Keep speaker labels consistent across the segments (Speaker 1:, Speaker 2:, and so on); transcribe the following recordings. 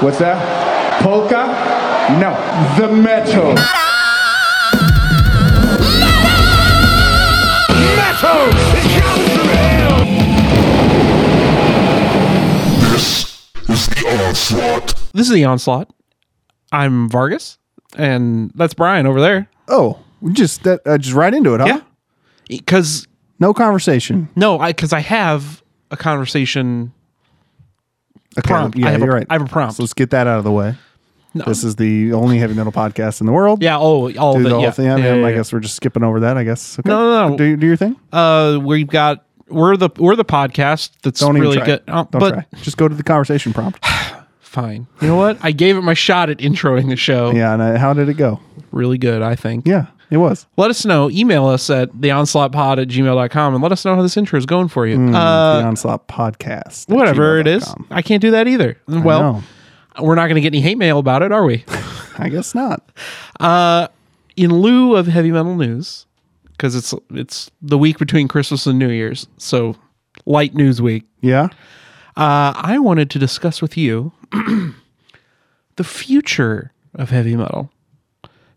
Speaker 1: What's that? Polka? No. The metal.
Speaker 2: Metal! It comes from hell!
Speaker 3: This is the onslaught.
Speaker 4: This is the onslaught. I'm Vargas, and that's Brian over there.
Speaker 5: Oh, we just that uh, just right into it, huh?
Speaker 4: Yeah, because
Speaker 5: No conversation.
Speaker 4: no, I because I have a conversation.
Speaker 5: Okay,
Speaker 4: Prompt.
Speaker 5: Yeah,
Speaker 4: I have a-
Speaker 5: you're right.
Speaker 4: I have a prompt.
Speaker 5: So let's get that out of the way.
Speaker 4: No.
Speaker 5: This is the only heavy metal podcast in the world.
Speaker 4: Yeah. Oh, all of
Speaker 5: Do
Speaker 4: it.
Speaker 5: the whole
Speaker 4: yeah.
Speaker 5: thing. I, mean,
Speaker 4: Yeah, yeah,
Speaker 5: I
Speaker 4: yeah.
Speaker 5: guess we're just skipping over that. I guess. Okay.
Speaker 4: No, no, no.
Speaker 5: Do, do your thing.
Speaker 4: Uh, we've got we're the we're the podcast that's
Speaker 5: Don't
Speaker 4: really
Speaker 5: even try.
Speaker 4: good. Oh,
Speaker 5: Don't
Speaker 4: but
Speaker 5: try. Just go to the conversation prompt.
Speaker 4: fine. You know what? I gave it my shot at introing the show.
Speaker 5: yeah. And uh, how did it go?
Speaker 4: Really good, I think.
Speaker 5: Yeah, it was.
Speaker 4: Let us know. Email us at theonslaughtpod at gmail.com and let us know how this intro is going for you.
Speaker 5: Hmm.
Speaker 4: uh,
Speaker 5: the onslaught podcast. at
Speaker 4: whatever it is.
Speaker 5: gmail.com.
Speaker 4: I can't do that either. Well,
Speaker 5: know.
Speaker 4: we're not going to get any hate mail about it, are we?
Speaker 5: I guess not.
Speaker 4: in lieu of heavy metal news, because it's it's the week between Christmas and New Year's, so light news week.
Speaker 5: Yeah.
Speaker 4: Uh, I wanted to discuss with you the future of heavy metal.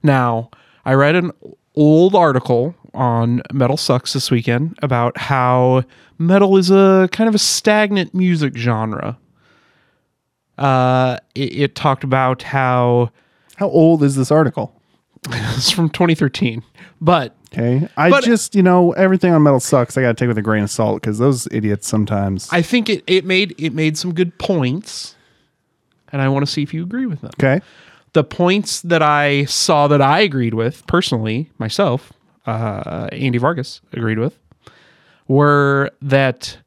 Speaker 4: Now, I read an old article on Metal Sucks this weekend about how metal is a kind of a stagnant music genre. Uh, it, it talked about how
Speaker 5: How old is this article?
Speaker 4: it's from 2013, but
Speaker 5: Okay. I
Speaker 4: But-
Speaker 5: just, you know, everything on metal sucks. I got to take with a grain of salt because those idiots sometimes.
Speaker 4: I think it, it made it made some good points, and I want to see if you agree with them.
Speaker 5: okay.
Speaker 4: The points that I saw that I agreed with personally myself, uh, Andy Vargas agreed with, were that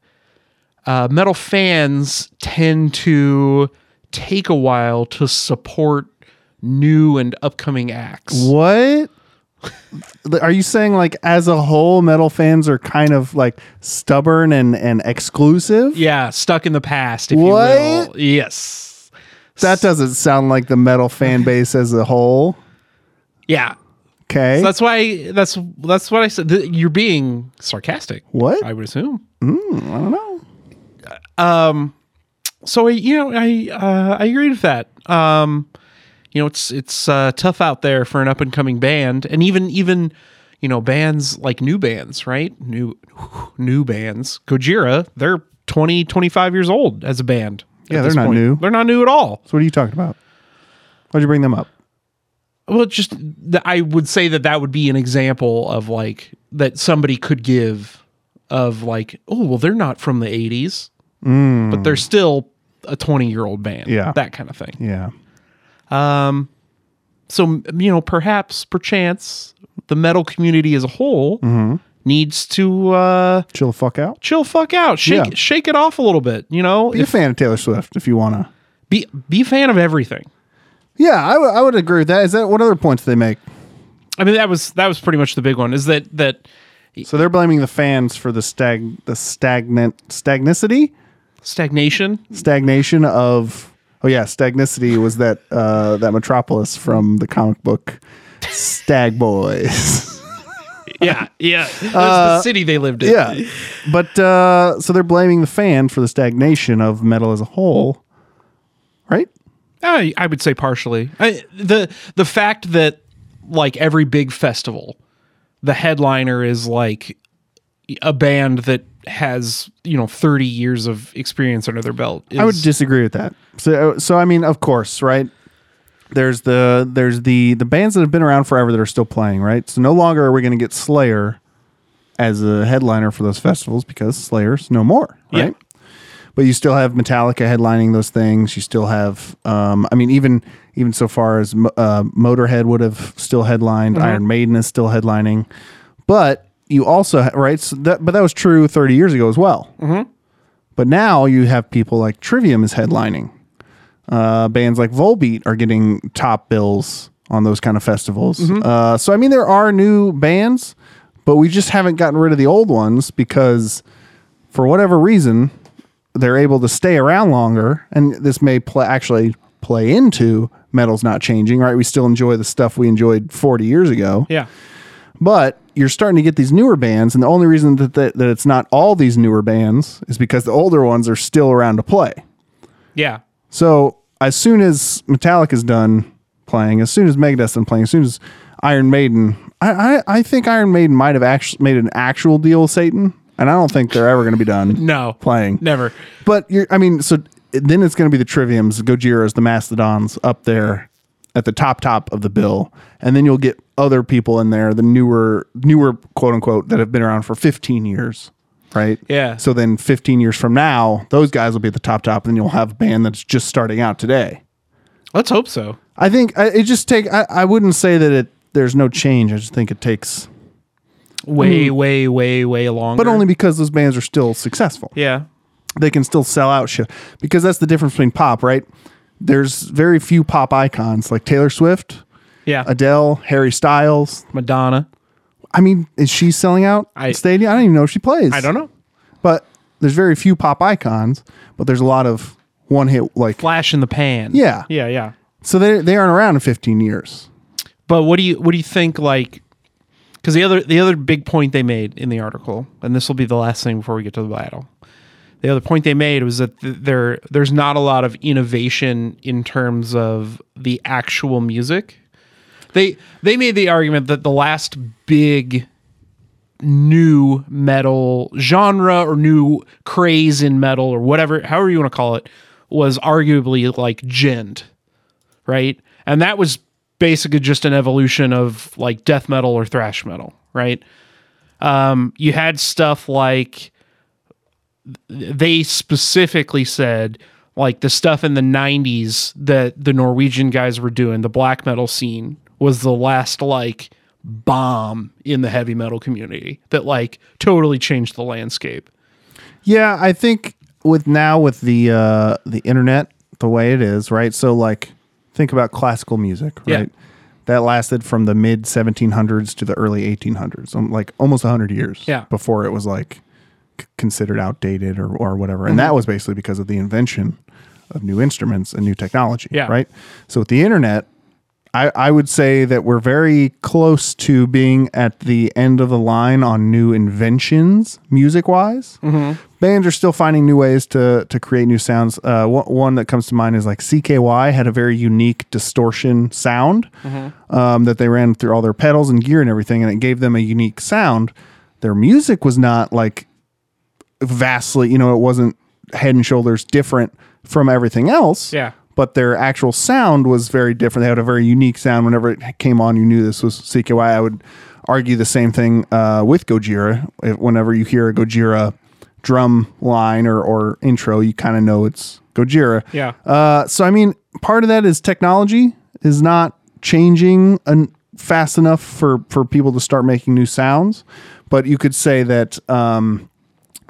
Speaker 4: uh, metal fans tend to take a while to support new and upcoming acts.
Speaker 5: What? Are you saying like as a whole metal fans are kind of like stubborn and and exclusive?
Speaker 4: Yeah, stuck in the past, if you will.
Speaker 5: What?
Speaker 4: Yes.
Speaker 5: That doesn't sound like the metal fan base as a whole.
Speaker 4: Yeah.
Speaker 5: Okay.
Speaker 4: So that's why that's that's what I said. Th- You're being sarcastic.
Speaker 5: What? Hmm,
Speaker 4: I would assume. Um,
Speaker 5: I don't know.
Speaker 4: So I, you know, I uh, I agreed with that. Um, you know, it's it's uh, tough out there for an up and coming band, and even even you know bands like new bands, right? New new bands. Gojira, they're 20, 25 years old as a band.
Speaker 5: Yeah,
Speaker 4: at
Speaker 5: they're
Speaker 4: this
Speaker 5: not new.
Speaker 4: They're not new at all.
Speaker 5: So what are you talking about? Why'd you bring them up?
Speaker 4: Well, just th- I would say that that would be an example of like that somebody could give of like, oh, well, they're not from the 80s, but they're still a 20 year old band.
Speaker 5: Mm. Yeah.
Speaker 4: That kind of thing.
Speaker 5: Yeah.
Speaker 4: So, m- you know, perhaps, perchance, the metal community as a whole
Speaker 5: Mm-hmm.
Speaker 4: needs to uh,
Speaker 5: Chill the fuck out.
Speaker 4: chill fuck out, shake,
Speaker 5: Yeah.
Speaker 4: shake it off a little bit, you know?
Speaker 5: Be a
Speaker 4: If,
Speaker 5: fan of Taylor Swift if you wanna.
Speaker 4: be, be a fan of everything.
Speaker 5: Yeah, I would- I would agree with that. Is that what other points they make?
Speaker 4: I mean, that was that was pretty much the big one is that that
Speaker 5: So they're blaming the fans for the stag the stagnant stagnicity
Speaker 4: stagnation.
Speaker 5: stagnation of oh yeah stagnicity was that uh, that Metropolis from the comic book Stag Boys
Speaker 4: Yeah, yeah. That's the city they lived in.
Speaker 5: Uh, yeah but uh, so they're blaming the fan for the stagnation of metal as a whole right
Speaker 4: I, I would say partially. I, the the fact that like every big festival, the headliner is like a band that has you know thirty years of experience under their belt. Is,
Speaker 5: I would disagree with that so uh, so I mean of course right there's the there's the the bands that have been around forever that are still playing right so no longer are we going to get Slayer as a headliner for those festivals because Slayer's no more
Speaker 4: Yeah.
Speaker 5: right but you still have Metallica headlining those things. You still have, um, I mean, even even so far as Mo- uh, Motorhead would have still headlined, Iron Maiden is still headlining, but you also ha- right, so that, but that was true thirty years ago as well. But now you have people like Trivium is headlining. Uh, bands like Volbeat are getting top bills on those kind of festivals. Uh, so I mean, there are new bands, but we just haven't gotten rid of the old ones because, for whatever reason, they're able to stay around longer and this may play actually play into metal's not changing right we still enjoy the stuff we enjoyed 40 years ago
Speaker 4: Yeah,
Speaker 5: but you're starting to get these newer bands and the only reason that, that, that it's not all these newer bands is because the older ones are still around to play
Speaker 4: yeah.
Speaker 5: so as soon as Metallica's done playing, as soon as Megadeth's done playing, as soon as Iron Maiden, I I, I think Iron Maiden might have actually made an actual deal with Satan, and I don't think they're ever going to be done.
Speaker 4: No.
Speaker 5: playing
Speaker 4: Never.
Speaker 5: But you're, I mean, so then it's going to be the Triviums, the Gojiras, the Mastodons up there at the top top of the bill, and then you'll get other people in there, the newer newer quote unquote that have been around for 15 years, right?
Speaker 4: Yeah.
Speaker 5: So then 15 years from now, those guys will be at the top top, and then you'll have a band that's just starting out today.
Speaker 4: Let's hope so.
Speaker 5: I think I- it just take. I, I wouldn't say that it. There's no change. I just think it takes,
Speaker 4: Way, way, way, way longer.
Speaker 5: Hmm. but only because those bands are still successful.
Speaker 4: Yeah.
Speaker 5: they can still sell out shit because that's the difference between pop, right? There's very few pop icons like Taylor Swift,
Speaker 4: Yeah.
Speaker 5: Adele, Harry Styles.
Speaker 4: Madonna.
Speaker 5: I mean, is she selling out
Speaker 4: I-
Speaker 5: stadium? I don't even know if she plays.
Speaker 4: I don't know.
Speaker 5: But there's very few pop icons, but there's a lot of one hit like
Speaker 4: Flash in the pan.
Speaker 5: Yeah.
Speaker 4: Yeah, yeah.
Speaker 5: so they they aren't around in 15 years.
Speaker 4: But what do you what do you think like because the other the other big point they made in the article, and this will be the last thing before we get to the battle. The other point they made was that th- there there's not a lot of innovation in terms of the actual music. They they made the argument that the last big new metal genre or new craze in metal or whatever however you want to call it was arguably like gent right? And that was basically just an evolution of like death metal or thrash metal, right? Um, you had stuff like they specifically said like the stuff in the 90s that the Norwegian guys were doing, the black metal scene was the last like bomb in the heavy metal community that like totally changed the landscape.
Speaker 5: Yeah, I think with now with the uh the internet the way it is, right? So like think about classical music,
Speaker 4: Yeah.
Speaker 5: right? That lasted from the mid 1700s to the early 1800s, um, like almost 100 years
Speaker 4: Yeah.
Speaker 5: before it was like c- considered outdated or or whatever. And that was basically because of the invention of new instruments and new technology,
Speaker 4: Yeah.
Speaker 5: right? So with the internet, I, I would say that we're very close to being at the end of the line on new inventions, music wise. Bands are still finding new ways to to create new sounds. Uh, one, one that comes to mind is like CKY had a very unique distortion sound um, that they ran through all their pedals and gear and everything, and it gave them a unique sound. Their music was not like vastly, you know, it wasn't head and shoulders different from everything else.
Speaker 4: Yeah.
Speaker 5: But their actual sound was very different. They had a very unique sound. Whenever it came on, you knew this was CKY. I would argue the same thing uh, with Gojira. If, whenever you hear a Gojira drum line or, or intro, you kind of know it's Gojira.
Speaker 4: Yeah.
Speaker 5: Uh, so, I mean, part of that is technology is not changing an, fast enough for, for people to start making new sounds. But you could say that um,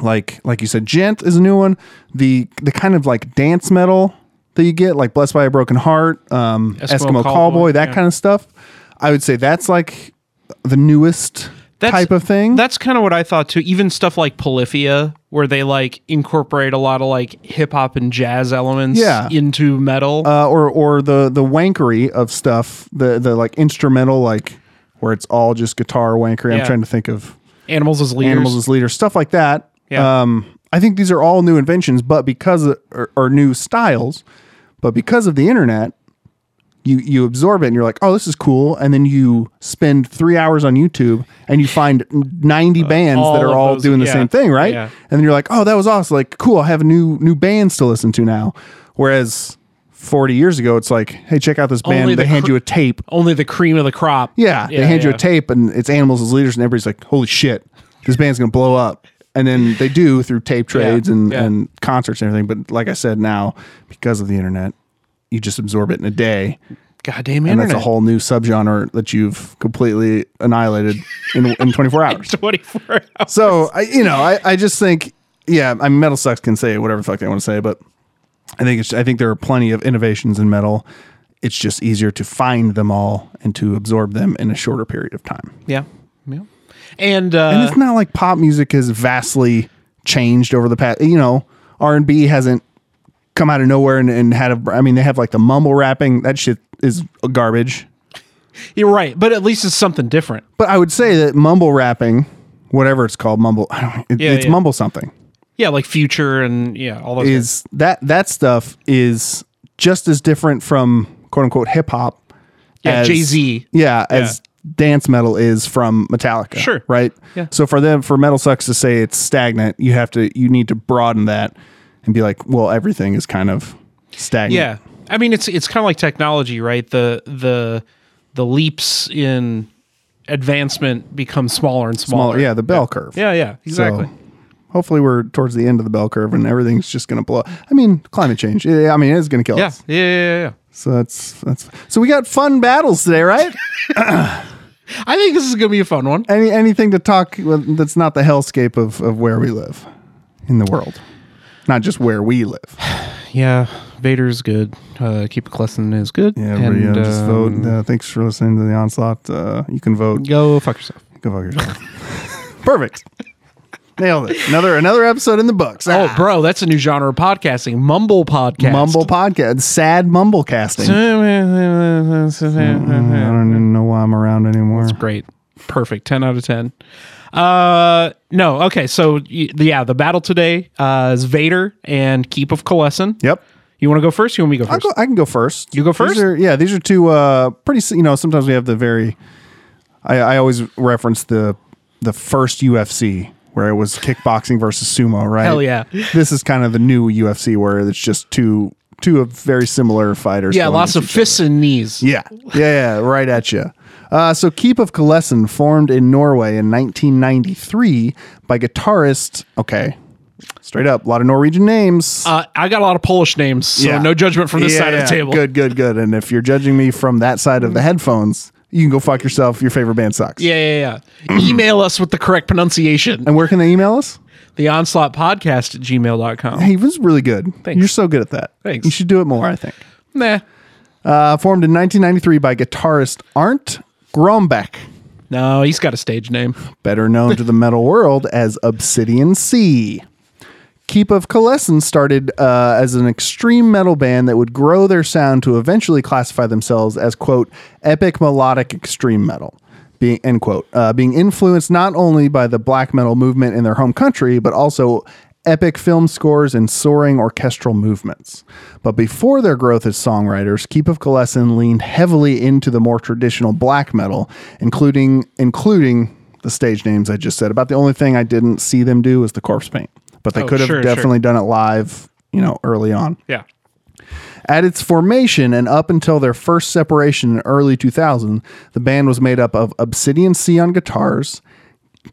Speaker 5: like like you said, gent is a new one. The the kind of like dance metal that you get, like Blessed by a Broken Heart, um, Eskimo,
Speaker 4: Eskimo
Speaker 5: Callboy,
Speaker 4: Callboy,
Speaker 5: that
Speaker 4: yeah.
Speaker 5: kind of stuff. I would say that's like the newest type of thing.
Speaker 4: That's kind of what I thought too. Even stuff like Polyphia, where they like incorporate a lot of like hip hop and jazz elements
Speaker 5: Yeah.
Speaker 4: into metal.
Speaker 5: uh, or or the the wankery of stuff, the the like instrumental, like where it's all just guitar wankery.
Speaker 4: Yeah.
Speaker 5: I'm trying to think of
Speaker 4: animals as leaders.
Speaker 5: animals as leaders, stuff like that.
Speaker 4: Yeah.
Speaker 5: Um, I think these are all new inventions, but because of, or, or new styles, but because of the internet, you you absorb it and you're like, oh, this is cool, and then you spend three hours on YouTube and you find ninety bands
Speaker 4: Uh, all
Speaker 5: that are
Speaker 4: of
Speaker 5: all
Speaker 4: those-
Speaker 5: doing the
Speaker 4: yeah.
Speaker 5: same thing, right?
Speaker 4: Yeah.
Speaker 5: And then you're like, oh, that was awesome, like cool, I have new new bands to listen to now, whereas. 40 years ago, it's like, hey, check out this band.
Speaker 4: Only
Speaker 5: they
Speaker 4: the
Speaker 5: hand
Speaker 4: cr-
Speaker 5: you a tape.
Speaker 4: Only the cream of the crop.
Speaker 5: Yeah, they hand you a
Speaker 4: yeah.
Speaker 5: tape and it's animals as leaders, and everybody's like, "Holy shit, this band's gonna blow up!" And then they do through tape trades and,
Speaker 4: yeah.
Speaker 5: and concerts and everything. But like I said, now because of the internet, you just absorb it in a day,
Speaker 4: Goddamn
Speaker 5: and
Speaker 4: internet.
Speaker 5: that's a whole new subgenre that you've completely annihilated in in 24 hours.
Speaker 4: 24 hours.
Speaker 5: So I, you know, I, I just think, yeah, I mean, metal sucks can say whatever the fuck they want to say, but I think it's, I think there are plenty of innovations in metal. It's just easier to find them all and to absorb them in a shorter period of time.
Speaker 4: Yeah. Yeah. And, uh,
Speaker 5: And it's not like pop music has vastly changed over the past. You know, R and B hasn't come out of nowhere and, and had a. I mean, they have like the mumble rapping. That shit is garbage.
Speaker 4: you're right. But at least it's something different.
Speaker 5: But I would say that mumble rapping, whatever it's called, mumble. I don't, it,
Speaker 4: Yeah,
Speaker 5: it's
Speaker 4: yeah.
Speaker 5: mumble something.
Speaker 4: Yeah. Like future and yeah, all those.
Speaker 5: Is that that stuff is just as different from quote unquote hip hop.
Speaker 4: Yeah,
Speaker 5: as-
Speaker 4: Jay-Z.
Speaker 5: Yeah, as dance metal is from Metallica.
Speaker 4: Sure.
Speaker 5: Right.
Speaker 4: Yeah.
Speaker 5: So for them, for Metal Sucks to say it's stagnant, you have to you need to broaden that and be like, well, everything is kind of stagnant.
Speaker 4: Yeah. I mean it's it's kind of like technology, right? The the the leaps in advancement become smaller and smaller.
Speaker 5: Well, yeah, the bell curve.
Speaker 4: Yeah, yeah, exactly.
Speaker 5: So hopefully we're towards the end of the bell curve and everything's just going to blow. I mean, climate change. Yeah, I mean, it's going to kill
Speaker 4: yeah.
Speaker 5: us.
Speaker 4: yeah, yeah, yeah,
Speaker 5: So that's that's. So we got fun battles today, right?
Speaker 4: yeah. I think this is going to be a fun one.
Speaker 5: Any anything to talk with that's not the hellscape of of where we live in the world, not just where we live.
Speaker 4: Yeah, Vader's good. Uh, Keep it Klesson is good.
Speaker 5: Yeah, everybody,
Speaker 4: And,
Speaker 5: uh, just
Speaker 4: um,
Speaker 5: vote. Uh, thanks for listening to the onslaught. Uh, you can vote.
Speaker 4: Go fuck yourself.
Speaker 5: Go fuck yourself. Perfect. Nailed it. Another another episode in the books.
Speaker 4: Oh,
Speaker 5: Ah.
Speaker 4: bro, that's a new genre of podcasting. Mumble podcast.
Speaker 5: mumble podcast. Sad mumble casting. I
Speaker 4: Mm-hmm.
Speaker 5: don't even know why I'm around anymore.
Speaker 4: Great. Perfect. 10 out of 10. Uh no, okay. So y- yeah, the battle today uh is Vader and Keep of Coalescent.
Speaker 5: Yep.
Speaker 4: You want to go first? You want me to go
Speaker 5: I'll
Speaker 4: first?
Speaker 5: go, I can go first.
Speaker 4: You go first?
Speaker 5: These are, yeah, these are two uh, pretty. s- You know, sometimes we have the very. I, I always reference the the first UFC where it was kickboxing versus sumo, right?
Speaker 4: Hell yeah.
Speaker 5: This is kind of the new UFC where it's just two two of very similar fighters.
Speaker 4: yeah,
Speaker 5: going
Speaker 4: lots
Speaker 5: at
Speaker 4: of
Speaker 5: each
Speaker 4: fists and knees.
Speaker 5: Yeah, yeah, yeah, right at you. Uh, so, Keep of Kalesen formed in Norway in 1993 by guitarist. Okay, straight up, a lot of Norwegian names.
Speaker 4: Uh, I got a lot of Polish names, so
Speaker 5: Yeah.
Speaker 4: no judgment from this
Speaker 5: Yeah,
Speaker 4: side of the
Speaker 5: yeah.
Speaker 4: table.
Speaker 5: Good, good, good. And if you're judging me from that side of the headphones, you can go fuck yourself. Your favorite band sucks.
Speaker 4: Yeah, yeah, yeah. Email us with the correct pronunciation.
Speaker 5: And where can they email us?
Speaker 4: The onslaught podcast at gmail.com.
Speaker 5: Hey, this is really good.
Speaker 4: Thanks.
Speaker 5: You're so good at that.
Speaker 4: Thanks.
Speaker 5: You should do it more, I think.
Speaker 4: Nah.
Speaker 5: Uh, formed in 1993 by guitarist Arndt Grombeck,
Speaker 4: No, he's got a stage name.
Speaker 5: better known to the metal world as Obsidian Sea. Keep of Kalesen started uh, as an extreme metal band that would grow their sound to eventually classify themselves as quote epic melodic extreme metal, being end quote, uh, being influenced not only by the black metal movement in their home country but also epic film scores and soaring orchestral movements. But before their growth as songwriters, Keep of Kalesen leaned heavily into the more traditional black metal, including including the stage names I just said. About the only thing I didn't see them do was the corpse paint. But they
Speaker 4: Oh,
Speaker 5: could have
Speaker 4: sure, sure.
Speaker 5: definitely done it live, you know, early on.
Speaker 4: Yeah.
Speaker 5: At its formation and up until their first separation in early 2000, the band was made up of Obsidian C on guitars,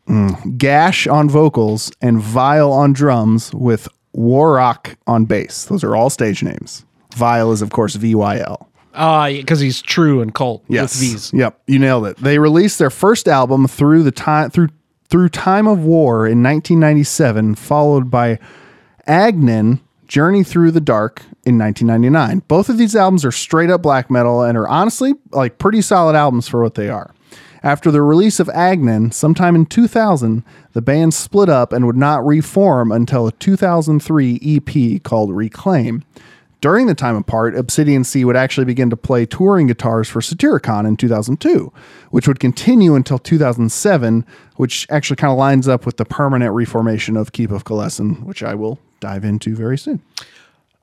Speaker 5: mm, Gash on vocals, and Vile on drums, with Warrock on bass. Those are all stage names. Vile is, of course, V Y L.
Speaker 4: Uh, because he's true and cult
Speaker 5: Yes.
Speaker 4: with these.
Speaker 5: Yep, you nailed it. They released their first album through the time through through Time of War in 1997, followed by Agnin Journey Through the Dark in 1999. Both of these albums are straight up black metal and are honestly like pretty solid albums for what they are. After the release of Agnin, sometime in 2000, the band split up and would not reform until a 2003 EP E called Reclaim. During the time apart, Obsidian C would actually begin to play touring guitars for Satyricon in 2002, which would continue until 2007, which actually kind of lines up with the permanent reformation of Keep of Kalesen, which I will dive into very soon.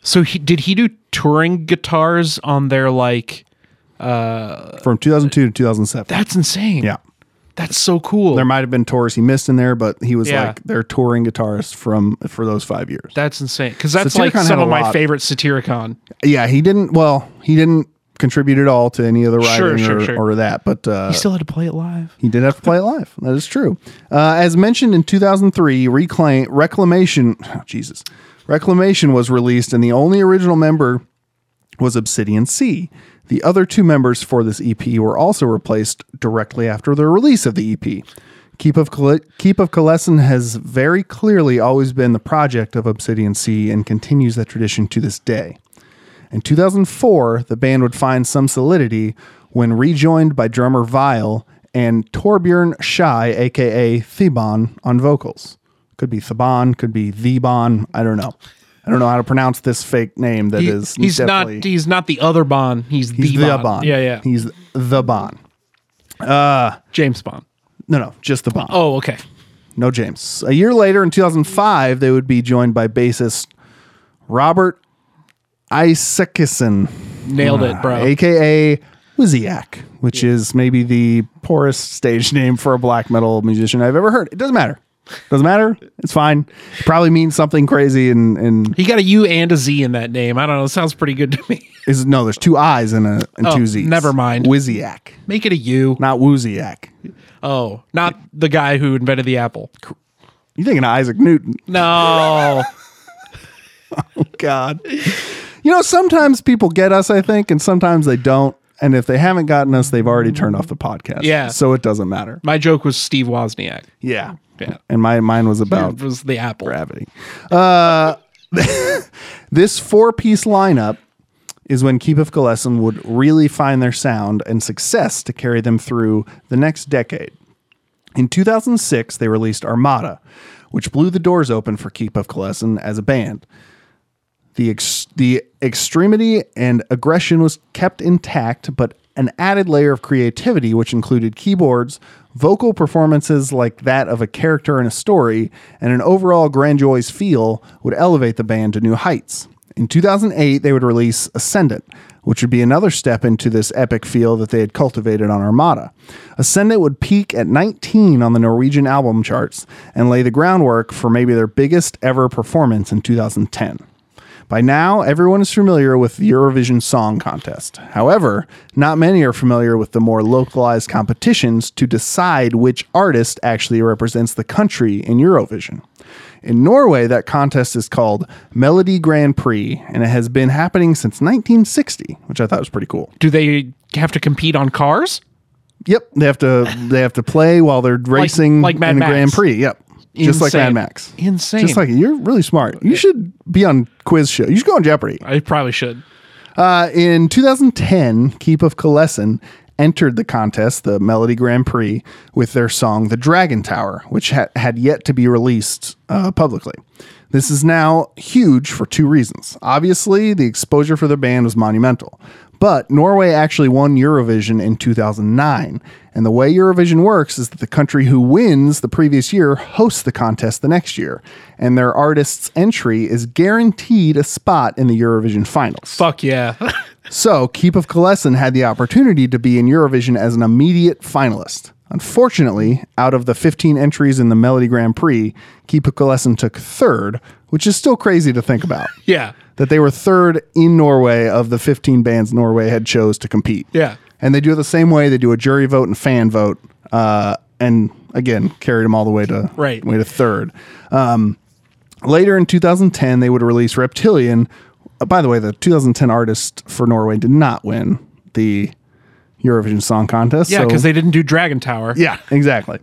Speaker 4: So he, did he do touring guitars on their like?
Speaker 5: From 2002 to 2007.
Speaker 4: That's insane.
Speaker 5: Yeah.
Speaker 4: that's so cool.
Speaker 5: There might have been tours he missed in there, but he was
Speaker 4: Yeah.
Speaker 5: like their touring guitarist from for those five years.
Speaker 4: that's insane because that's
Speaker 5: Satyricon
Speaker 4: like
Speaker 5: had
Speaker 4: some
Speaker 5: a
Speaker 4: of my
Speaker 5: lot.
Speaker 4: favorite Satyricon.
Speaker 5: yeah, he didn't. Well, he didn't contribute at all to any of the
Speaker 4: Sure,
Speaker 5: writing
Speaker 4: sure,
Speaker 5: or,
Speaker 4: sure.
Speaker 5: or that. But uh,
Speaker 4: He still had to play it live.
Speaker 5: He did have to play it live. That is true. Uh, as mentioned in 2003, Reclaim Reclamation, oh, Jesus, Reclamation was released, and the only original member was Obsidian C. The other two members for this EP were also replaced directly after the release of the EP. Keep of Kale- Keep of Kalesen has very clearly always been the project of Obsidian C and continues that tradition to this day. In 2004, the band would find some solidity when rejoined by drummer Vile and Torbjörn Shy, aka Theban, on vocals. Could be Theban, could be Theban. I don't know. I don't know how to pronounce this fake name that
Speaker 4: He-
Speaker 5: is.
Speaker 4: he's not.
Speaker 5: definitely-
Speaker 4: He's not the other Bond. He's,
Speaker 5: he's
Speaker 4: the, Bond. Yeah, yeah.
Speaker 5: He's the Bon.
Speaker 4: James Bond.
Speaker 5: No, no, just the Bon.
Speaker 4: Oh, okay.
Speaker 5: No James. A year later, in 2005, they would be joined by bassist Robert Isaacson,
Speaker 4: Nailed it, bro.
Speaker 5: aka Wizziak, which is maybe the poorest stage name for a black metal musician I've ever heard. It doesn't matter. Doesn't matter. It's fine. It probably means something crazy and and
Speaker 4: He got a U and a Z in that name. I don't know. It sounds pretty good to me.
Speaker 5: is no, there's two I's and a and
Speaker 4: Oh,
Speaker 5: two Z's.
Speaker 4: never mind.
Speaker 5: Wizziak,
Speaker 4: Make it a U.
Speaker 5: not Wooziak.
Speaker 4: Oh, not the guy who invented the apple.
Speaker 5: You thinking of Isaac Newton?
Speaker 4: No.
Speaker 5: God. You know, sometimes people get us, I think, and sometimes they don't. And if they haven't gotten us, they've already turned off the podcast.
Speaker 4: Yeah.
Speaker 5: So it doesn't matter.
Speaker 4: My joke was Steve Wozniak.
Speaker 5: Yeah.
Speaker 4: Yeah.
Speaker 5: And my mine was about
Speaker 4: It was the apple.
Speaker 5: gravity. Uh, this four piece lineup is when Keep of Gillespie would really find their sound and success to carry them through the next decade. In 2006, they released Armada, which blew the doors open for Keep of Gillespie as a band. The, ex- the extremity and aggression was kept intact, but an added layer of creativity, which included keyboards, vocal performances like that of a character in a story, and an overall grandiose feel, would elevate the band to new heights. In 2008, they would release Ascendant, which would be another step into this epic feel that they had cultivated on Armada. Ascendant would peak at 19 on the Norwegian album charts and lay the groundwork for maybe their biggest ever performance in 2010. By now, everyone is familiar with the Eurovision Song Contest. However, not many are familiar with the more localized competitions to decide which artist actually represents the country in Eurovision. In Norway, that contest is called Melody Grand Prix, and it has been happening since 1960, which I thought was pretty cool.
Speaker 4: Do they have to compete on cars?
Speaker 5: Yep, they have to they have to play while they're racing
Speaker 4: like Mad
Speaker 5: in the
Speaker 4: Max.
Speaker 5: Grand Prix. Yep, just like
Speaker 4: Insane.
Speaker 5: Mad Max.
Speaker 4: Insane.
Speaker 5: Just like you're really smart. You should be on quiz show. You should go on Jeopardy.
Speaker 4: I probably should.
Speaker 5: Uh, in 2010, Keep of Kalesen entered the contest, the Melody Grand Prix, with their song "The Dragon Tower," which ha- had yet to be released uh, publicly. This is now huge for two reasons. Obviously, the exposure for the band was monumental, but Norway actually won Eurovision in 2009, and the way Eurovision works is that the country who wins the previous year hosts the contest the next year, and their artist's entry is guaranteed a spot in the Eurovision finals.
Speaker 4: Fuck yeah.
Speaker 5: So, Keep of Kalesen had the opportunity to be in Eurovision as an immediate finalist. Unfortunately, out of the 15 entries in the Melody Grand Prix, Keep of Kalesen took third, which is still crazy to think about.
Speaker 4: yeah.
Speaker 5: That they were third in Norway of the 15 bands Norway had chose to compete.
Speaker 4: Yeah.
Speaker 5: And they do it the same way. They do a jury vote and fan vote. Uh, and again, carried them all the way to
Speaker 4: Right.
Speaker 5: way to third. Um, later in 2010, they would release Reptilian. Uh, by the way, the 2010 artist for Norway did not win the Eurovision Song Contest.
Speaker 4: Yeah,
Speaker 5: so-
Speaker 4: because they didn't do Dragon Tower.
Speaker 5: yeah, exactly.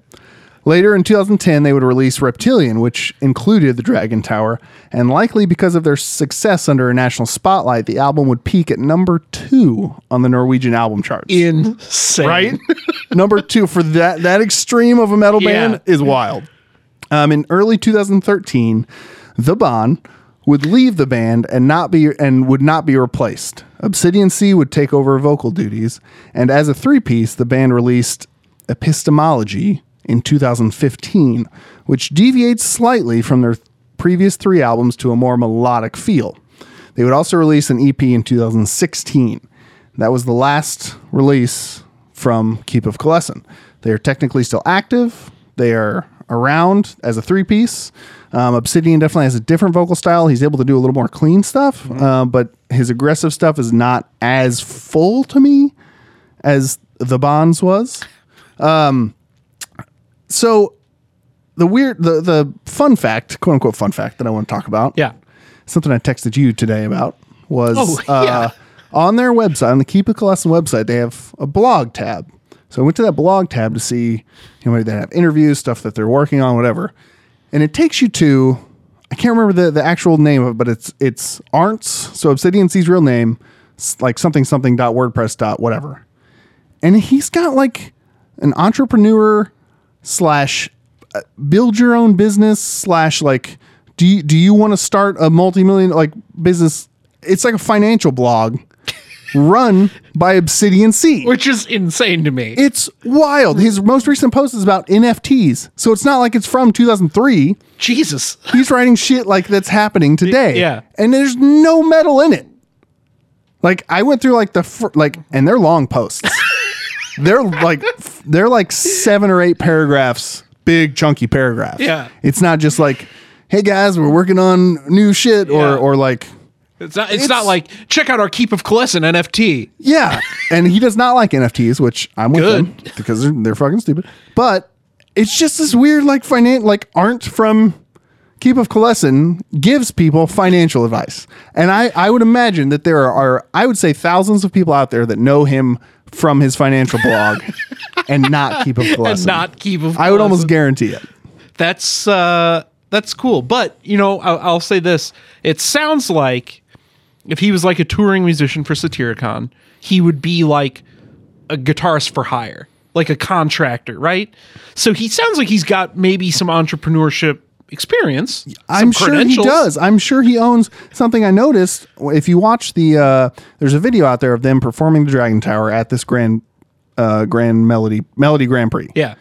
Speaker 5: Later in 2010, they would release Reptilian, which included the Dragon Tower, and likely because of their success under a national spotlight, the album would peak at number two on the Norwegian album charts.
Speaker 4: Insane.
Speaker 5: right? number two for that that extreme of a metal band
Speaker 4: Yeah.
Speaker 5: is wild. Um, in early 2013, The Bon would leave the band and not be and would not be replaced. Obsidian C would take over vocal duties, and as a three-piece, the band released Epistemology in 2015, which deviates slightly from their previous three albums to a more melodic feel. They would also release an EP in 2016. That was the last release from Keep of Kalesen. They are technically still active. They are around as a three piece. Um, Obsidian definitely has a different vocal style. He's able to do a little more clean stuff, uh, but his aggressive stuff is not as full to me as the Bonds was. Um, so the weird, the the fun fact, quote unquote fun fact that I want to talk about
Speaker 4: Yeah.
Speaker 5: something I texted you today about was
Speaker 4: Oh, yeah.
Speaker 5: uh, on their website, on the Keep It Colossal website, they have a blog tab. So I went to that blog tab to see, you know, maybe they have interviews, stuff that they're working on, whatever. And it takes you to, I can't remember the, the actual name of it, but it's it's Arntz, so Obsidian C's real name, s- like something something dot WordPress dot whatever. And he's got like an entrepreneur slash uh, build your own business slash like do you, do you want to start a multi-million like business it's like a financial blog run by obsidian c
Speaker 4: Which is insane to me.
Speaker 5: it's wild his most recent post is about nfts so it's not like it's from 2003
Speaker 4: Jesus.
Speaker 5: he's writing shit like that's happening today
Speaker 4: yeah.
Speaker 5: and there's no metal in it Like I went through like the fir- like, and they're long posts. they're like f- they're like seven or eight paragraphs, big chunky paragraphs.
Speaker 4: Yeah.
Speaker 5: it's not just like, hey guys, we're working on new shit,
Speaker 4: Yeah.
Speaker 5: or or like,
Speaker 4: It's not. It's, not like check out our keep of Kalessin NFT.
Speaker 5: yeah. and he does not like NFTs, which I'm with
Speaker 4: Good.
Speaker 5: him because they're, they're fucking stupid. But it's just this weird like finan like aren't from. Keep of Kalessin gives people financial advice. And I, I would imagine that there are, I would say, thousands of people out there that know him from his financial blog and not Keep of Kalessin.
Speaker 4: And not keep of.
Speaker 5: I would almost
Speaker 4: Kalessin.
Speaker 5: guarantee it.
Speaker 4: that's uh, that's cool. But you know, I'll, I'll say this: it sounds like if he was like a touring musician for Satyricon, he would be like a guitarist for hire, like a contractor, right? So he sounds like he's got maybe some entrepreneurship experience. some
Speaker 5: I'm sure he
Speaker 4: credentials.
Speaker 5: does. I'm sure he owns something. I noticed if you watch the uh, there's a video out there of them performing the Dragon Tower at this grand uh, grand melody melody Grand Prix.
Speaker 4: Yeah.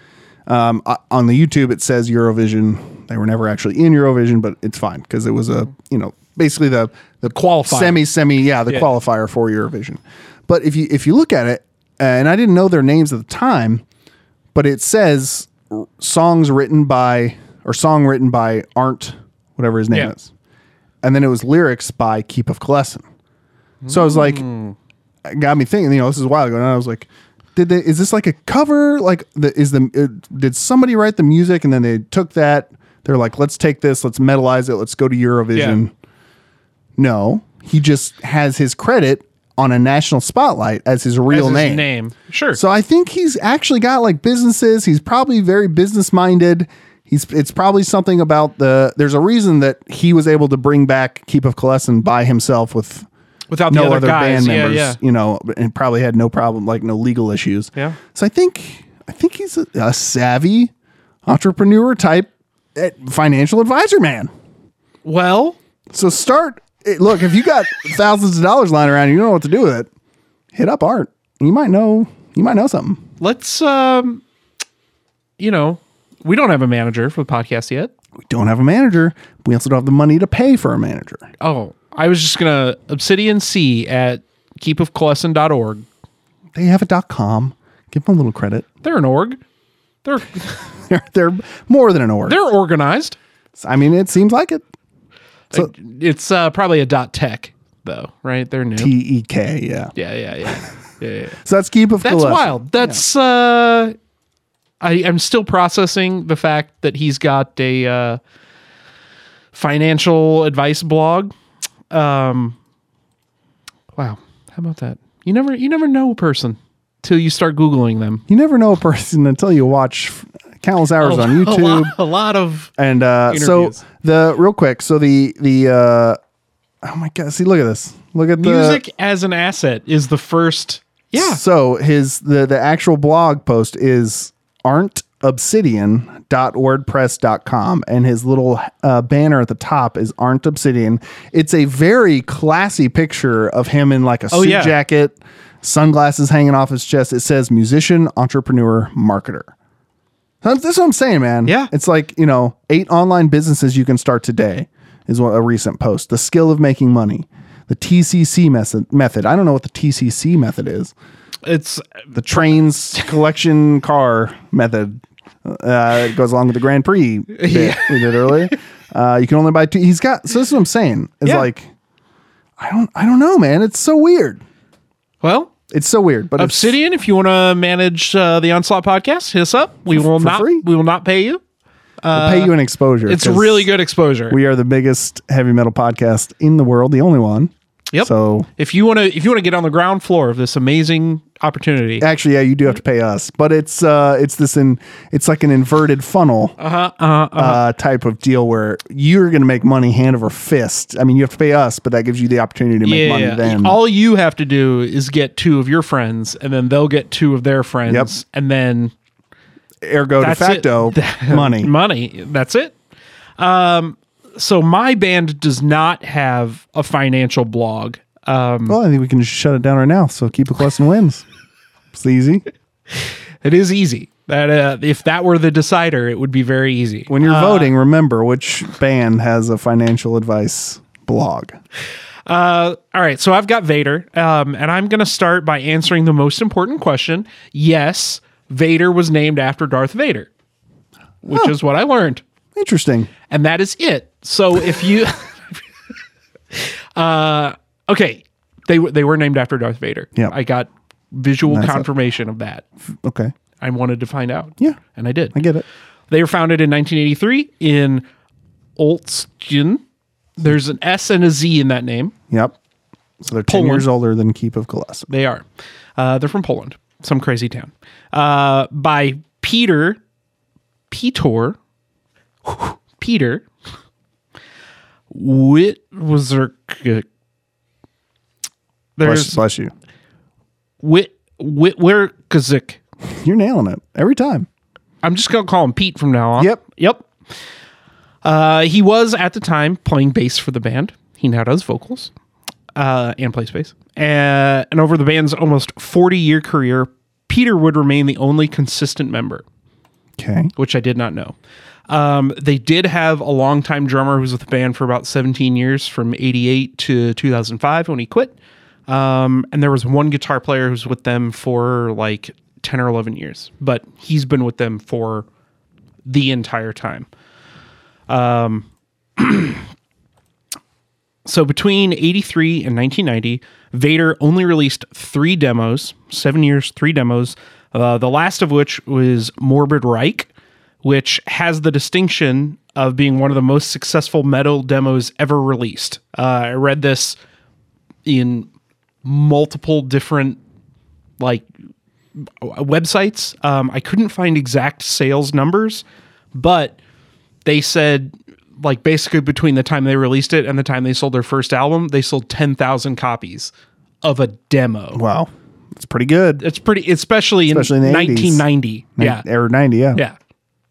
Speaker 5: Um, uh, on the YouTube it says Eurovision. They were never actually in Eurovision, but it's fine because it was a you know basically the the
Speaker 4: Qualifier.
Speaker 5: semi semi yeah the
Speaker 4: Yeah.
Speaker 5: qualifier for Eurovision. But if you if you look at it, uh, and I didn't know their names at the time, but it says r- songs written by or song written by Arndt, whatever his name
Speaker 4: Yeah.
Speaker 5: is, and then it was lyrics by Keep of Klessin. So I was like,
Speaker 4: Hmm.
Speaker 5: it got me thinking. You know, this is a while ago, and I was like, did they? Is this like a cover? Like, the, is the uh, did somebody write the music and then they took that? They're like, let's take this, let's metalize it, let's go to Eurovision.
Speaker 4: Yeah.
Speaker 5: No, he just has his credit on a national spotlight as his real
Speaker 4: As his
Speaker 5: name.
Speaker 4: name. Sure.
Speaker 5: So I think he's actually got like businesses. He's probably very business minded. He's it's probably something about the there's a reason that he was able to bring back Keep of Kalessin by himself with
Speaker 4: Without the
Speaker 5: no
Speaker 4: other,
Speaker 5: other
Speaker 4: guys.
Speaker 5: band members,
Speaker 4: Yeah, yeah.
Speaker 5: you know, and probably had no problem like no legal issues.
Speaker 4: Yeah.
Speaker 5: So I think I think he's a, a savvy entrepreneur type eh, financial advisor man.
Speaker 4: Well,
Speaker 5: So start eh, look, if you got thousands of dollars lying around, and you don't know what to do with it. Hit up Art. You might know you might know something.
Speaker 4: let's um you know we don't have a manager for the podcast yet
Speaker 5: don't have a manager. We also don't have the money to pay for a manager.
Speaker 4: oh i was just gonna obsidian c at keepofcolessin.org
Speaker 5: They have a dot com. Give them a little credit.
Speaker 4: they're an org they're
Speaker 5: They're, they're more than an org.
Speaker 4: they're organized
Speaker 5: I mean, it seems like it. So
Speaker 4: it's uh probably a dot tech though right they're new
Speaker 5: T E K, yeah.
Speaker 4: yeah yeah yeah yeah, yeah.
Speaker 5: So that's keep of
Speaker 4: that's
Speaker 5: Gillespie.
Speaker 4: wild that's uh i i'm still processing the fact that he's got a uh financial advice blog um wow how about that you never you never know a person till you start googling them
Speaker 5: You never know a person until you watch countless hours on
Speaker 4: a
Speaker 5: YouTube.
Speaker 4: lot, a lot of
Speaker 5: And uh, so
Speaker 4: Oh, Interviews.
Speaker 5: the real quick, so the the uh, oh my god, see, look at this. Look at the
Speaker 4: music as an asset is the first yeah
Speaker 5: So his the the actual blog post is aren'tobsidian.wordpress.com and his little uh, banner at the top is aren't obsidian. It's a very classy picture of him in like a suit
Speaker 4: Oh, yeah.
Speaker 5: jacket, sunglasses hanging off his chest. It says musician, entrepreneur, marketer. That's, that's what I'm saying, man.
Speaker 4: Yeah.
Speaker 5: It's like, you know, eight online businesses you can start today is what a recent post. The skill of making money. The TCC method. method. I don't know what the TCC method is
Speaker 4: it's
Speaker 5: the trains collection car method. Uh, it goes along with the Grand Prix bit we did earlier. Uh, you can only buy two. He's got. So this is what I'm saying. It's
Speaker 4: Yeah.
Speaker 5: like, I don't, I don't know, man. It's so weird.
Speaker 4: well
Speaker 5: It's so weird. But it's-
Speaker 4: Obsidian, if you want to manage uh, the Onslaught podcast, hit us up. We will
Speaker 5: for
Speaker 4: not
Speaker 5: free.
Speaker 4: we will not pay you.
Speaker 5: we'll pay you an exposure.
Speaker 4: It's
Speaker 5: 'cause
Speaker 4: really good exposure.
Speaker 5: We are the biggest heavy metal podcast in the world, the only one.
Speaker 4: yep.
Speaker 5: So
Speaker 4: if you want to if you want to get on the ground floor of this amazing opportunity,
Speaker 5: actually, yeah, you do have to pay us, but it's uh, it's this in it's like an inverted funnel uh-huh, uh type of deal where you're going to make money hand over fist. I mean, you have to pay us, but that gives you the opportunity to make
Speaker 4: yeah,
Speaker 5: money then.
Speaker 4: all you have to do is get two of your friends, and then they'll get two of their friends,
Speaker 5: Yep.
Speaker 4: and then
Speaker 5: Ergo de
Speaker 4: that's it.
Speaker 5: facto money.
Speaker 4: money. That's it. Um, so my band does not have a financial blog.
Speaker 5: Well, I think we can just shut it down right now. So keep a close and wins. It's easy.
Speaker 4: It is easy. That uh, if that were the decider, it would be very easy.
Speaker 5: When you're voting, remember which band has a financial advice blog.
Speaker 4: Uh, all right, so I've got Vader, um, and I'm going to start by answering the most important question. Yes, Vader was named after Darth Vader, which is what I learned,
Speaker 5: Interesting.
Speaker 4: and that is it. So if you, uh, okay, they were- they were named after Darth Vader.
Speaker 5: Yeah.
Speaker 4: I got visual
Speaker 5: That's it.
Speaker 4: confirmation of that.
Speaker 5: Okay.
Speaker 4: I wanted to find out.
Speaker 5: Yeah.
Speaker 4: and I did.
Speaker 5: I get it.
Speaker 4: They were founded in 1983 in Olsztyn. There's an S and a Z in that name.
Speaker 5: Yep. So they're 10
Speaker 4: Poland.
Speaker 5: years older than Keep of Colossus.
Speaker 4: They are. Uh, they're from Poland, some crazy town. Uh, by Peter, Peter, Peter Witwazirk.
Speaker 5: Bless,
Speaker 4: There's
Speaker 5: bless you.
Speaker 4: Wit Witwerkazik.
Speaker 5: You're nailing it every time.
Speaker 4: I'm just gonna call him Pete from now on.
Speaker 5: Yep.
Speaker 4: Yep. Uh, he was at the time playing bass for the band. He now does vocals uh, and plays bass. Uh, and over the band's almost 40 year career, Peter would remain the only consistent member,
Speaker 5: Okay.
Speaker 4: which I did not know. Um, they did have a longtime drummer who was with the band for about 17 years, from 88 to 2005 when he quit. Um, and there was one guitar player who was with them for like 10 or 11 years, but he's been with them for the entire time. Um, so between 83 and 1990, Vader only released three demos, seven years, three demos, uh, the last of which was Morbid Reich, which has the distinction of being one of the most successful metal demos ever released. Uh, I read this in multiple different like websites. Um, I couldn't find exact sales numbers, but they said like basically between the time they released it and the time they sold their first album, they sold ten thousand copies of a demo.
Speaker 5: Wow. It's pretty good.
Speaker 4: It's pretty, especially,
Speaker 5: Especially in
Speaker 4: in
Speaker 5: the 80s.
Speaker 4: nineteen ninety. Yeah,
Speaker 5: Or 90, yeah.
Speaker 4: yeah,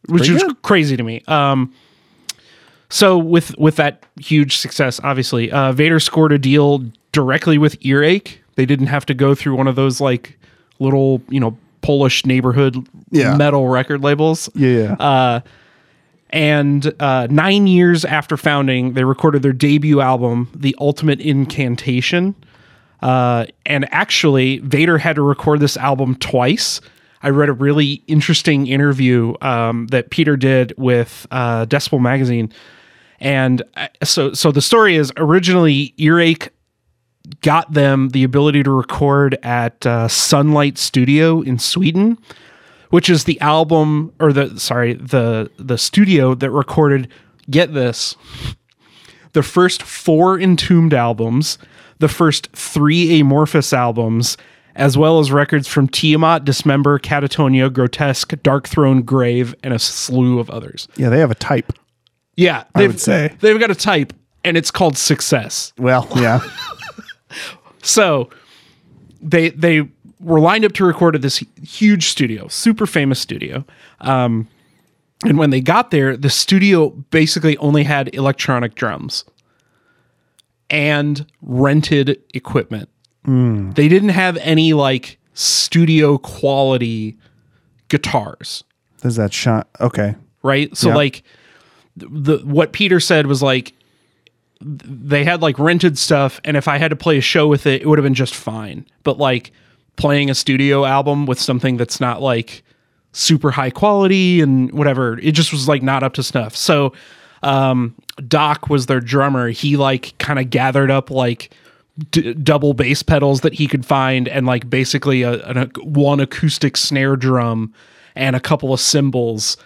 Speaker 4: which
Speaker 5: Pretty
Speaker 4: was
Speaker 5: good.
Speaker 4: crazy to me. Um, so with with that huge success, obviously, uh, Vader scored a deal directly with Earache. They didn't have to go through one of those like little you know Polish neighborhood
Speaker 5: Yeah.
Speaker 4: metal record labels.
Speaker 5: Yeah. yeah.
Speaker 4: Uh, And uh, nine years after founding, they recorded their debut album, The Ultimate Incantation. Uh, and actually, Vader had to record this album twice. I read a really interesting interview um, that Peter did with uh, Decibel Magazine. And uh, so, so the story is originally Earache got them the ability to record at uh, Sunlight Studio in Sweden, which is the album or the sorry the the studio that recorded get this the first four entombed albums the first three amorphous albums as well as records from tiamat dismember catatonia grotesque dark throne grave and a slew of others
Speaker 5: yeah. They have a type.
Speaker 4: yeah they've,
Speaker 5: would say.
Speaker 4: they've got a type and it's called success
Speaker 5: Well, yeah.
Speaker 4: so they they were lined up to record at this huge studio, super famous studio. Um, and when they got there, the studio basically only had electronic drums and rented equipment. They didn't have any like studio quality guitars
Speaker 5: There's that shot. Okay.
Speaker 4: right? So
Speaker 5: Yeah.
Speaker 4: like the what Peter said was like th- they had like rented stuff and if I had to play a show with it it would have been just fine. But like playing a studio album with something that's not like super high quality and whatever, it just was like not up to snuff. So um Doc was their drummer. He like kind of gathered up like d- double bass pedals that he could find and like basically a, an, ac- one acoustic snare drum and a couple of cymbals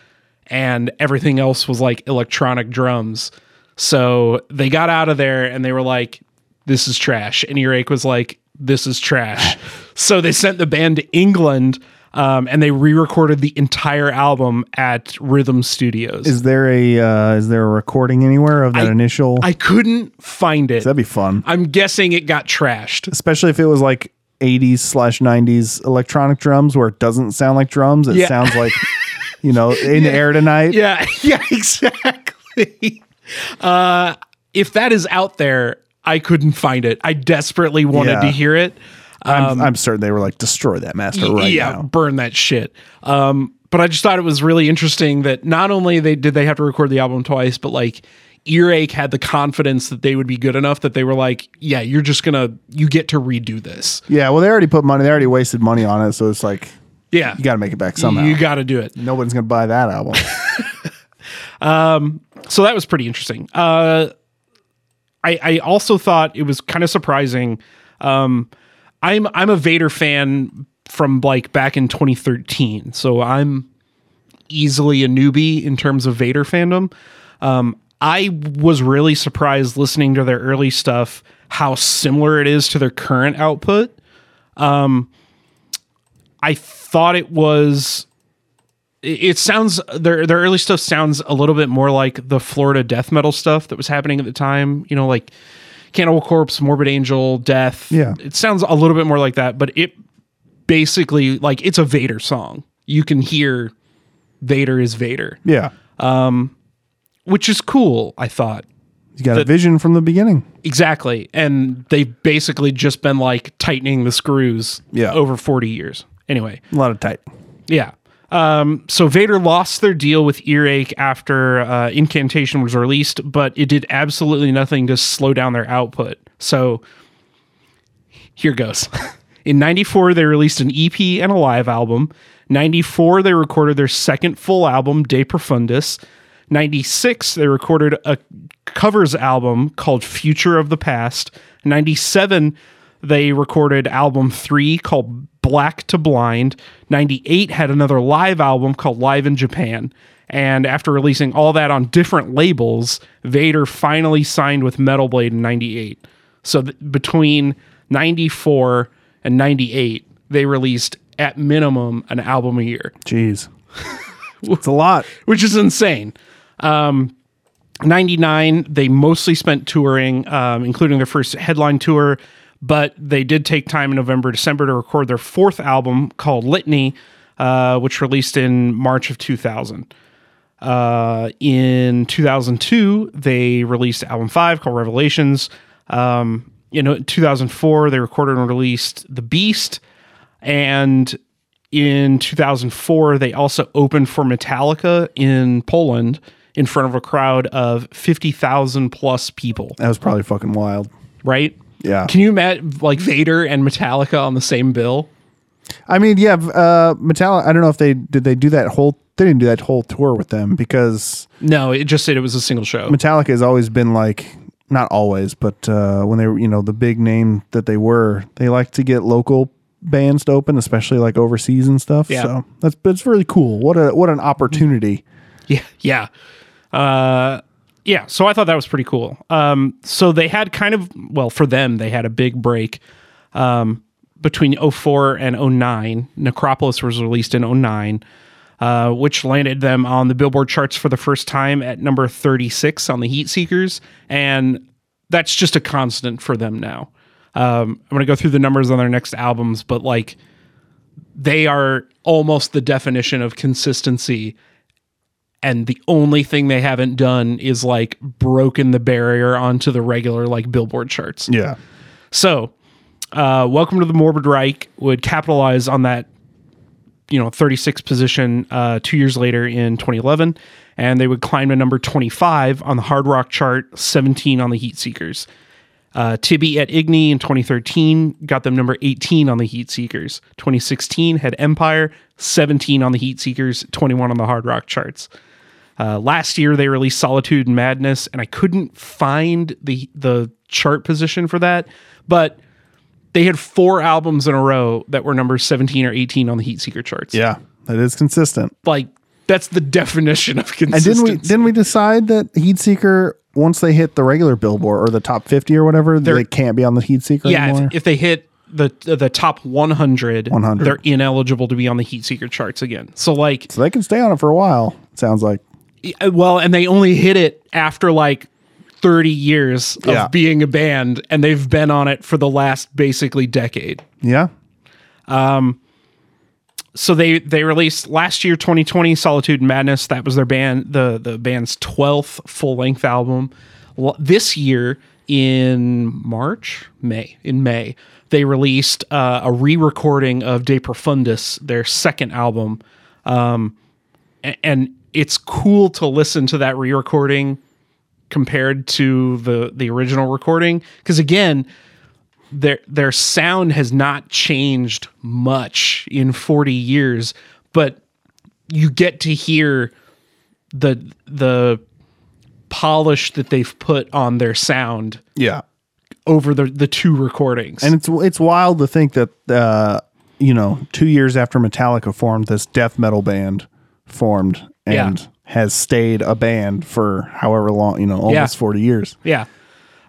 Speaker 4: and everything else was like electronic drums so they got out of there and they were like this is trash and earache was like this is trash so they sent the band to england um, and they re-recorded the entire album at rhythm studios
Speaker 5: Is there a uh, is there a recording anywhere of that
Speaker 4: I-
Speaker 5: initial?
Speaker 4: i couldn't find it
Speaker 5: That'd be fun,
Speaker 4: i'm guessing it got trashed
Speaker 5: especially if it was like 80s slash 90s electronic drums, where it doesn't sound like drums. It
Speaker 4: Yeah.
Speaker 5: sounds like you know in the air tonight.
Speaker 4: Yeah, yeah, exactly. Uh, if that is out there, I couldn't find it. I desperately wanted
Speaker 5: Yeah.
Speaker 4: to hear it.
Speaker 5: I'm, I'm certain they were like destroy that master right
Speaker 4: Um, yeah,
Speaker 5: now.
Speaker 4: burn that shit. Um, but I just thought it was really interesting that not only they did they have to record the album twice, but like Earache had the confidence that they would be good enough that they were like, yeah, you're just gonna you get to redo this.
Speaker 5: Yeah, well, they already put money. They already wasted money on it, so it's like
Speaker 4: Yeah,
Speaker 5: you got to make it back somehow.
Speaker 4: You got to do it.
Speaker 5: Nobody's gonna buy that album.
Speaker 4: so that was pretty interesting. Uh, I, I also thought it was kind of surprising. Um, I'm I'm a Vader fan from like back in 2013, so I'm easily a newbie in terms of Vader fandom. Um, I was really surprised listening to their early stuff how similar it is to their current output. Um, I thought it was it it sounds their their early stuff sounds a little bit more like the Florida death metal stuff that was happening at the time. You know, like Cannibal Corpse, Morbid Angel, Death.
Speaker 5: Yeah.
Speaker 4: it sounds a little bit more like that, but it basically like it's a Vader song. You can hear Vader is Vader,
Speaker 5: yeah,
Speaker 4: which is cool. I thought
Speaker 5: you got a vision from the beginning.
Speaker 4: exactly, and they've basically just been like tightening the screws.
Speaker 5: Yeah.
Speaker 4: over forty years. Anyway,
Speaker 5: A lot of tight.
Speaker 4: Yeah. Um, so Vader lost their deal with Earache after uh, Incantation was released, but it did absolutely nothing to slow down their output. So here goes. In 94, they released an EP and a live album. 94, they recorded their second full album, De Profundis. 96, they recorded a covers album called Future of the Past. 97, they recorded album three called Black to Blind. 98 had another live album called Live in Japan. And after releasing all that on different labels, Vader finally signed with Metal Blade in 98. So th- between 94 and 98, they released at minimum an album a year,
Speaker 5: Jeez, it's a lot.
Speaker 4: which is insane. Um, 99, they mostly spent touring, um, including their first headline tour, but they did take time in November, December to record their fourth album called Litany, uh, which released in March of 2000. Uh, in 2002, they released album five called Revelations. Um, in 2004, they recorded and released The Beast. And in 2004, they also opened for Metallica in Poland in front of a crowd of 50,000 plus people,
Speaker 5: That was probably fucking wild.
Speaker 4: right?
Speaker 5: Yeah.
Speaker 4: Can you imagine like Vader and Metallica on the same bill?
Speaker 5: I mean, yeah, v- uh, Metallica. I don't know if they did they do that whole. They didn't do that whole tour with them because
Speaker 4: No, it just said it was a single show.
Speaker 5: Metallica has always been like not always, but uh, when they were you know the big name that they were, they like to get local bands to open, especially like overseas and stuff.
Speaker 4: Yeah.
Speaker 5: So that's that's really cool. What a what an opportunity.
Speaker 4: Yeah, yeah, uh, yeah. So I thought that was pretty cool. Um, so they had kind of well for them they had a big break um, between 04 and 09. Necropolis was released in 09, uh, which landed them on the Billboard charts for the first time at number 36 on the Heat Seekers, and that's just a constant for them now. Um, I'm going to go through the numbers on their next albums, but like they are almost the definition of consistency and the only thing they haven't done is like broken the barrier onto the regular like billboard charts
Speaker 5: Yeah.
Speaker 4: so uh, welcome to the morbid reich would capitalize on that you know 36 position uh, two years later in 2011 and they would climb to number 25 on the hard rock chart 17 on the heat seekers uh, Tibby at Igni in 2013 got them number 18 on the Heat Seekers. 2016 had Empire, 17 on the Heat Seekers, 21 on the Hard Rock charts. Uh, last year they released Solitude and Madness, and I couldn't find the the chart position for that, but they had four albums in a row that were number 17 or 18 on the Heat Seeker charts.
Speaker 5: Yeah. That is consistent.
Speaker 4: Like that's the definition of
Speaker 5: And
Speaker 4: consistency.
Speaker 5: didn't we didn't we decide that Heat Seeker once they hit the regular Billboard or the top fifty or whatever, they can't be on the Heat Seeker
Speaker 4: yeah,
Speaker 5: anymore?
Speaker 4: if, if they hit the the top 100,
Speaker 5: 100.
Speaker 4: they're ineligible to be on the Heat Seeker charts again. So like,
Speaker 5: so they can stay on it for a while. It sounds like.
Speaker 4: uh, well, and they only hit it after like 30 years of
Speaker 5: Yeah.
Speaker 4: being a band, and they've been on it for the last basically decade.
Speaker 5: Yeah.
Speaker 4: so they they released last year 2020 solitude and madness that was their band the the band's 12th full-length album L- this year in march may in may they released uh, a re-recording of de profundis their second album um, a- and it's cool to listen to that re-recording compared to the the original recording because again their their sound has not changed much in 40 years but you get to hear the the polish that they've put on their sound
Speaker 5: Yeah.
Speaker 4: over the the two recordings
Speaker 5: And it's it's wild to think that uh, you know, two years after Metallica formed, this death metal band formed and
Speaker 4: Yeah.
Speaker 5: has stayed a band for however long, you know, almost
Speaker 4: Yeah.
Speaker 5: forty years.
Speaker 4: Yeah.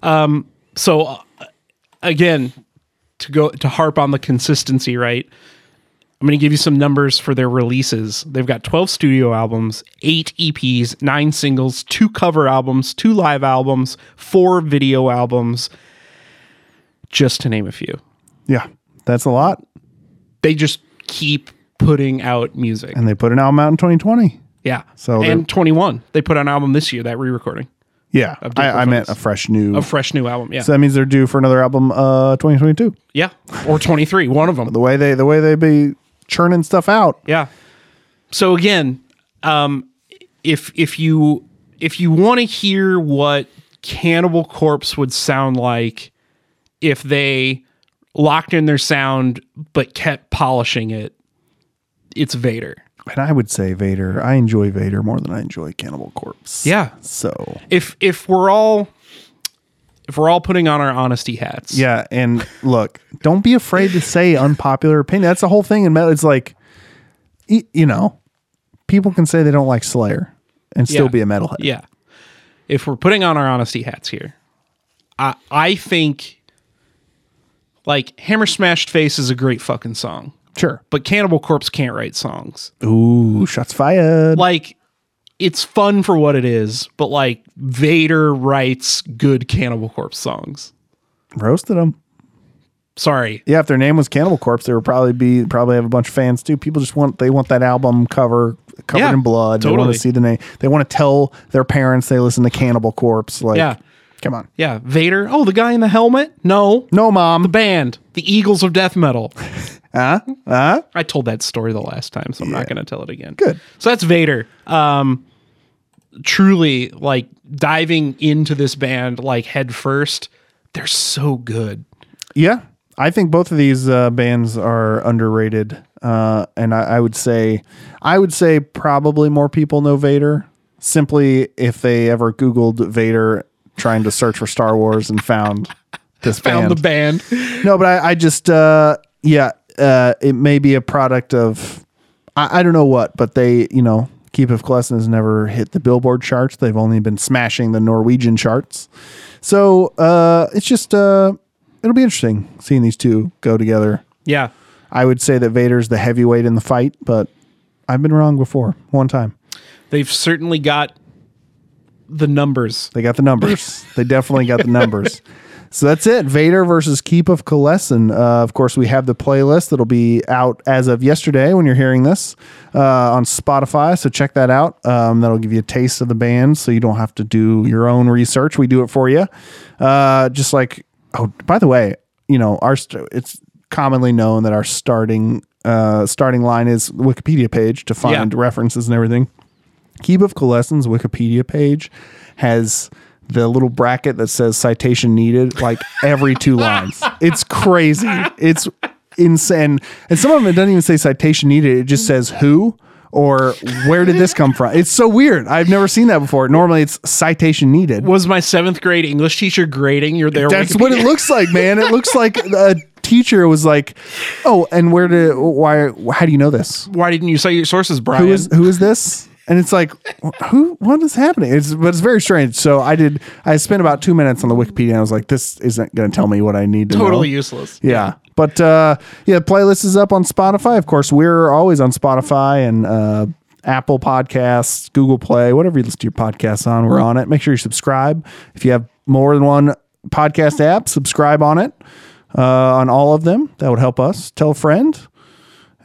Speaker 4: Um, so uh, again, to go to harp on the consistency, right? I'm going to give you some numbers for their releases. They've got 12 studio albums, 8 EPs, 9 singles, 2 cover albums, 2 live albums, 4 video albums, just to name a few.
Speaker 5: Yeah. That's a lot.
Speaker 4: They just keep putting out music.
Speaker 5: And they put an album out in twenty twenty.
Speaker 4: yeah.
Speaker 5: So they're-
Speaker 4: and 21, they put out an album this year, that re-recording,
Speaker 5: Yeah. I,
Speaker 4: different
Speaker 5: I meant a
Speaker 4: ones.
Speaker 5: fresh new
Speaker 4: a fresh new album. Yeah.
Speaker 5: so that means they're due for another album uh twenty twenty two.
Speaker 4: yeah. Or 23, one of them.
Speaker 5: The way they the way they be churning stuff out.
Speaker 4: Yeah. So again, um, if if you if you want to hear what Cannibal Corpse would sound like if they locked in their sound but kept polishing it, it's Vader.
Speaker 5: And I would say Vader. I enjoy Vader more than I enjoy Cannibal Corpse.
Speaker 4: Yeah.
Speaker 5: So
Speaker 4: If if we're all if we're all putting on our honesty hats,
Speaker 5: Yeah, and look, don't be afraid to say unpopular opinion. That's the whole thing in metal. It's like, y- you know, people can say they don't like Slayer and still
Speaker 4: Yeah.
Speaker 5: be a metalhead.
Speaker 4: Yeah. If we're putting on our honesty hats here, I I think like Hammer Smashed Face is a great fucking song.
Speaker 5: Sure.
Speaker 4: but Cannibal Corpse can't write songs.
Speaker 5: Ooh, shots fired.
Speaker 4: Like, it's fun for what it is, but like Vader writes good Cannibal Corpse songs.
Speaker 5: Roasted them.
Speaker 4: Sorry.
Speaker 5: Yeah, if their name was Cannibal Corpse, they would probably be probably have a bunch of fans too. People just want they want that album cover covered
Speaker 4: Yeah,
Speaker 5: in blood. They want
Speaker 4: totally.
Speaker 5: to see the name. They want to tell their parents they listen to Cannibal Corpse. Like,
Speaker 4: Yeah.
Speaker 5: come on.
Speaker 4: Yeah. Vader. Oh, the guy in the helmet? No.
Speaker 5: No, mom.
Speaker 4: The band, the Eagles of Death Metal.
Speaker 5: Huh? Huh?
Speaker 4: I told that story the last time, so I'm not going to tell it again.
Speaker 5: uh. Good.
Speaker 4: So that's Vader. Um, truly, like diving into this band like head first, they're so good.
Speaker 5: Yeah, I think both of these uh, bands are underrated, uh, and I, I would say, I would say probably more people know Vader simply if they ever Googled Vader trying to search for Star Wars and found this
Speaker 4: Found
Speaker 5: band.
Speaker 4: the band.
Speaker 5: No, but I, I just, uh, yeah, uh, it may be a product of, I, I don't know what, but they, you know, Keep of Klessin has never hit the Billboard charts. They've only been smashing the Norwegian charts. So uh, it's just, uh, it'll be interesting seeing these two go together.
Speaker 4: Yeah.
Speaker 5: I would say that Vader's the heavyweight in the fight, but I've been wrong before one time.
Speaker 4: They've certainly got the numbers.
Speaker 5: They got the numbers. they definitely got the numbers. So that's it. Vader versus Keep of Kalessin. Uh, of course, we have the playlist that'll be out as of yesterday when you're hearing this uh, on Spotify. So check that out. Um, that'll give you a taste of the band, so you don't have to do your own research. We do it for you. Uh, just like oh, by the way, you know our st- it's commonly known that our starting uh, starting line is Wikipedia page to find
Speaker 4: Yeah.
Speaker 5: references and everything. Keeb of Kalessin's Wikipedia page has the little bracket that says citation needed like every two lines. It's crazy. It's insane. And some of them it doesn't even say citation needed. It just says who or where did this come from? It's so weird. I've never seen that before. Normally it's citation needed.
Speaker 4: Was my seventh grade English teacher grading your there?
Speaker 5: That's what it looks like, man. It looks like a teacher was like, "Oh, and where did why how do you know this?"
Speaker 4: Why didn't you say your sources, Brian?
Speaker 5: who is who is this? And it's like, wh- who? What is happening? It's but it's very strange. So I did. I spent about two minutes on the Wikipedia. and I was like, this isn't going to tell me what I need to know.
Speaker 4: totally useless.
Speaker 5: Yeah. But uh, yeah, playlist is up on Spotify. Of course, we're always on Spotify and uh, Apple Podcasts, Google Play, whatever you listen to your podcasts on, we're on it. Make sure you subscribe. If you have more than one podcast app, subscribe on it, uh, on all of them. That would help us. Tell a friend.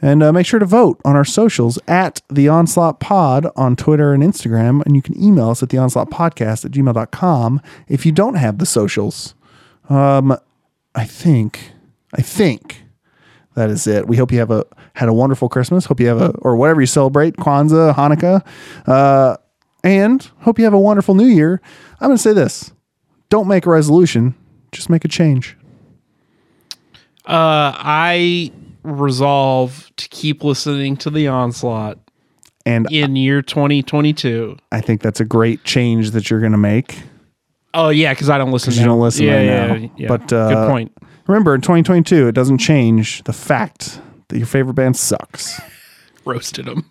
Speaker 5: And uh, make sure to vote on our socials at The Onslaught Pod on Twitter and Instagram. And you can email us at The Onslaught Podcast at gmail.com if you don't have the socials. I think, I think that is it. We hope you have a had a wonderful Christmas. Hope you have a or whatever you celebrate, Kwanzaa, Hanukkah. Uh, And hope you have a wonderful new year. I'm going to say this don't make a resolution, just make a change.
Speaker 4: Uh, I resolve to keep listening to the onslaught
Speaker 5: And
Speaker 4: in year 2022.
Speaker 5: I think that's a great change that you're going to make.
Speaker 4: Oh yeah, because I don't listen.
Speaker 5: 'Cause you don't listen
Speaker 4: yeah,
Speaker 5: right
Speaker 4: yeah,
Speaker 5: now.
Speaker 4: yeah, yeah.
Speaker 5: But, uh,
Speaker 4: good point.
Speaker 5: Remember, in 2022, it doesn't change the fact that your favorite band sucks.
Speaker 4: Roasted him.